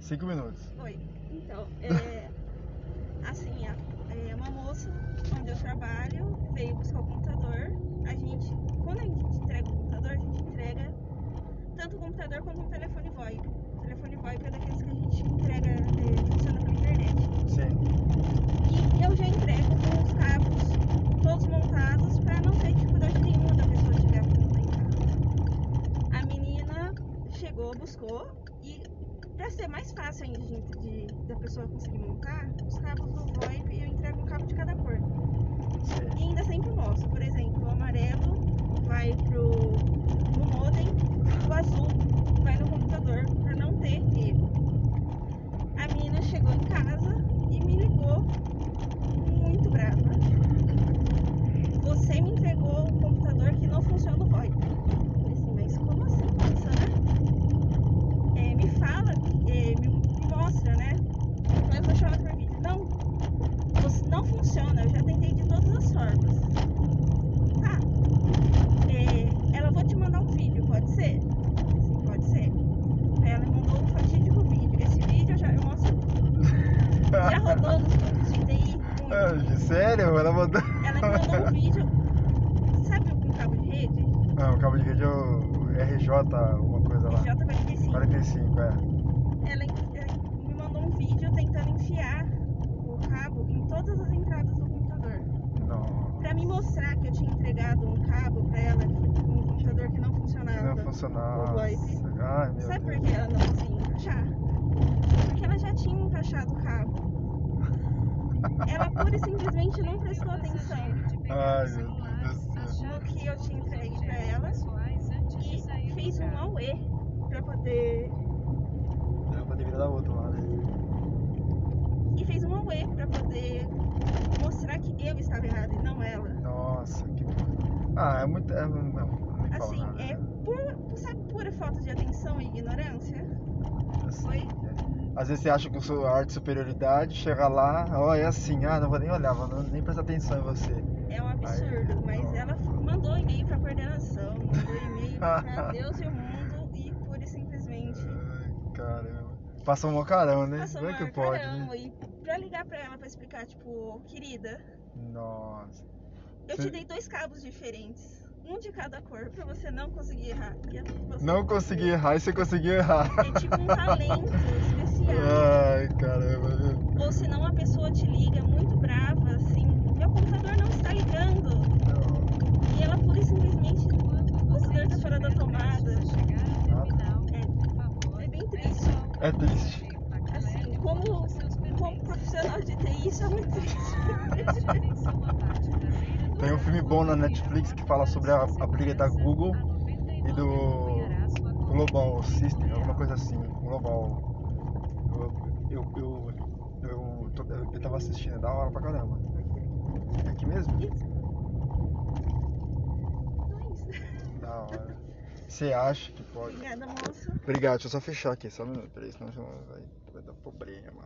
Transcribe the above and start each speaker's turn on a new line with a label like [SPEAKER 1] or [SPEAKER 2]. [SPEAKER 1] Cinco minutos.
[SPEAKER 2] Oi. Então, é, assim, a- é uma moça onde eu trabalho veio buscar o computador. A gente, quando a gente entrega o computador, a gente entrega tanto o computador quanto o telefone VoIP. O telefone VoIP é daqueles que a gente entrega, é, funciona pela internet.
[SPEAKER 1] Sim.
[SPEAKER 2] E eu já entrego com os cabos todos montados para não ter dificuldade nenhuma da pessoa chegar pra mim em casa. A menina chegou, buscou e para ser mais fácil ainda de, de- da pessoa conseguir montar, os cabos do VoIP eu entrego um cabo de cada cor.
[SPEAKER 1] Sim.
[SPEAKER 2] E ainda é sempre mostro, por exemplo, o amarelo vai pro no modem, o azul vai no computador para não ter erro. A menina chegou em casa e me ligou muito brava. Você me entregou um computador que não funciona o VoIP. Eu falei assim, mas como assim não funciona? É, me fala, é, me, me mostra, né? Mas eu chamo pra mim. Não, você- não funciona, eu já tentei de todas as formas. Tá. É, ela vou te mandar um vídeo, pode ser? Sim, pode ser. Aí ela me mandou um fatídico vídeo. Esse vídeo eu já eu mostro. Já rodou nos grupos de TI muito.
[SPEAKER 1] Ah, Sério? Ela mandou.
[SPEAKER 2] Ela me mandou um vídeo. Sabe o com cabo de rede?
[SPEAKER 1] Não, o cabo de rede é o RJ, uma coisa lá.
[SPEAKER 2] J45.
[SPEAKER 1] 45, é.
[SPEAKER 2] Ela en- eh, me mandou um vídeo tentando enfiar o cabo em todas as entradas do computador.
[SPEAKER 1] Não.
[SPEAKER 2] Pra me mostrar que eu tinha entregado um cabo pra ela, um computador que não funcionava.
[SPEAKER 1] Não funcionava.
[SPEAKER 2] O VoIP.
[SPEAKER 1] Nossa, Ai, meu
[SPEAKER 2] Sabe por
[SPEAKER 1] Deus.
[SPEAKER 2] que ela não conseguia encaixar? Porque ela já tinha encaixado o cabo. Ela pura e simplesmente não prestou atenção
[SPEAKER 1] Ai, meu Deus do céu.
[SPEAKER 2] no que eu tinha entregue pra ela e fez um auê pra poder.
[SPEAKER 1] Ela poder virar da outra lá, né?
[SPEAKER 2] E fez um auê pra poder mostrar que eu estava errada e não ela.
[SPEAKER 1] Nossa, que. Ah, é muito. É, não, nem falo
[SPEAKER 2] Assim,
[SPEAKER 1] nada. né?
[SPEAKER 2] é pura, sabe, pura falta de atenção e ignorância?
[SPEAKER 1] Assim, é. Às vezes você acha que eu sou arte de superioridade, chega lá, ó, é assim, ah, não vou nem olhar, vou não- nem prestar atenção em você.
[SPEAKER 2] É um absurdo,
[SPEAKER 1] Aí,
[SPEAKER 2] mas
[SPEAKER 1] não.
[SPEAKER 2] ela mandou um e-mail pra coordenação, mandou e-mail pra Deus e o mundo e pura e simplesmente
[SPEAKER 1] Ai, caramba. Passou um mocarão, né?
[SPEAKER 2] passou
[SPEAKER 1] Como é que
[SPEAKER 2] mal,
[SPEAKER 1] pode,
[SPEAKER 2] caramba.
[SPEAKER 1] né?
[SPEAKER 2] E pra ligar pra ela pra explicar, tipo, querida,
[SPEAKER 1] Nossa.
[SPEAKER 2] eu
[SPEAKER 1] Você-
[SPEAKER 2] te dei dois cabos diferentes, um de cada cor, pra você não conseguir errar. E ela- você
[SPEAKER 1] Não consegui errar e você conseguiu errar.
[SPEAKER 2] É tipo um talento especial.
[SPEAKER 1] Ai, caramba, viu?
[SPEAKER 2] Ou senão a pessoa te liga muito brava, assim, meu computador não está ligando. E ela pura e simplesmente computador tá fora da tomada. É bem triste.
[SPEAKER 1] Ah. É triste.
[SPEAKER 2] Assim, como, como profissional de TI, isso é muito triste.
[SPEAKER 1] Tem um filme bom na Netflix que fala sobre a, a briga da Google e do Global System, alguma coisa assim. Global. Eu, eu, eu, eu, tô- eu, tava assistindo, é da hora pra caramba. É aqui mesmo?
[SPEAKER 2] Então é
[SPEAKER 1] Da hora. Você acha que pode?
[SPEAKER 2] Obrigada, moça.
[SPEAKER 1] Obrigado, deixa eu só fechar aqui, só um minuto, peraí, senão já vai, vai dar problema.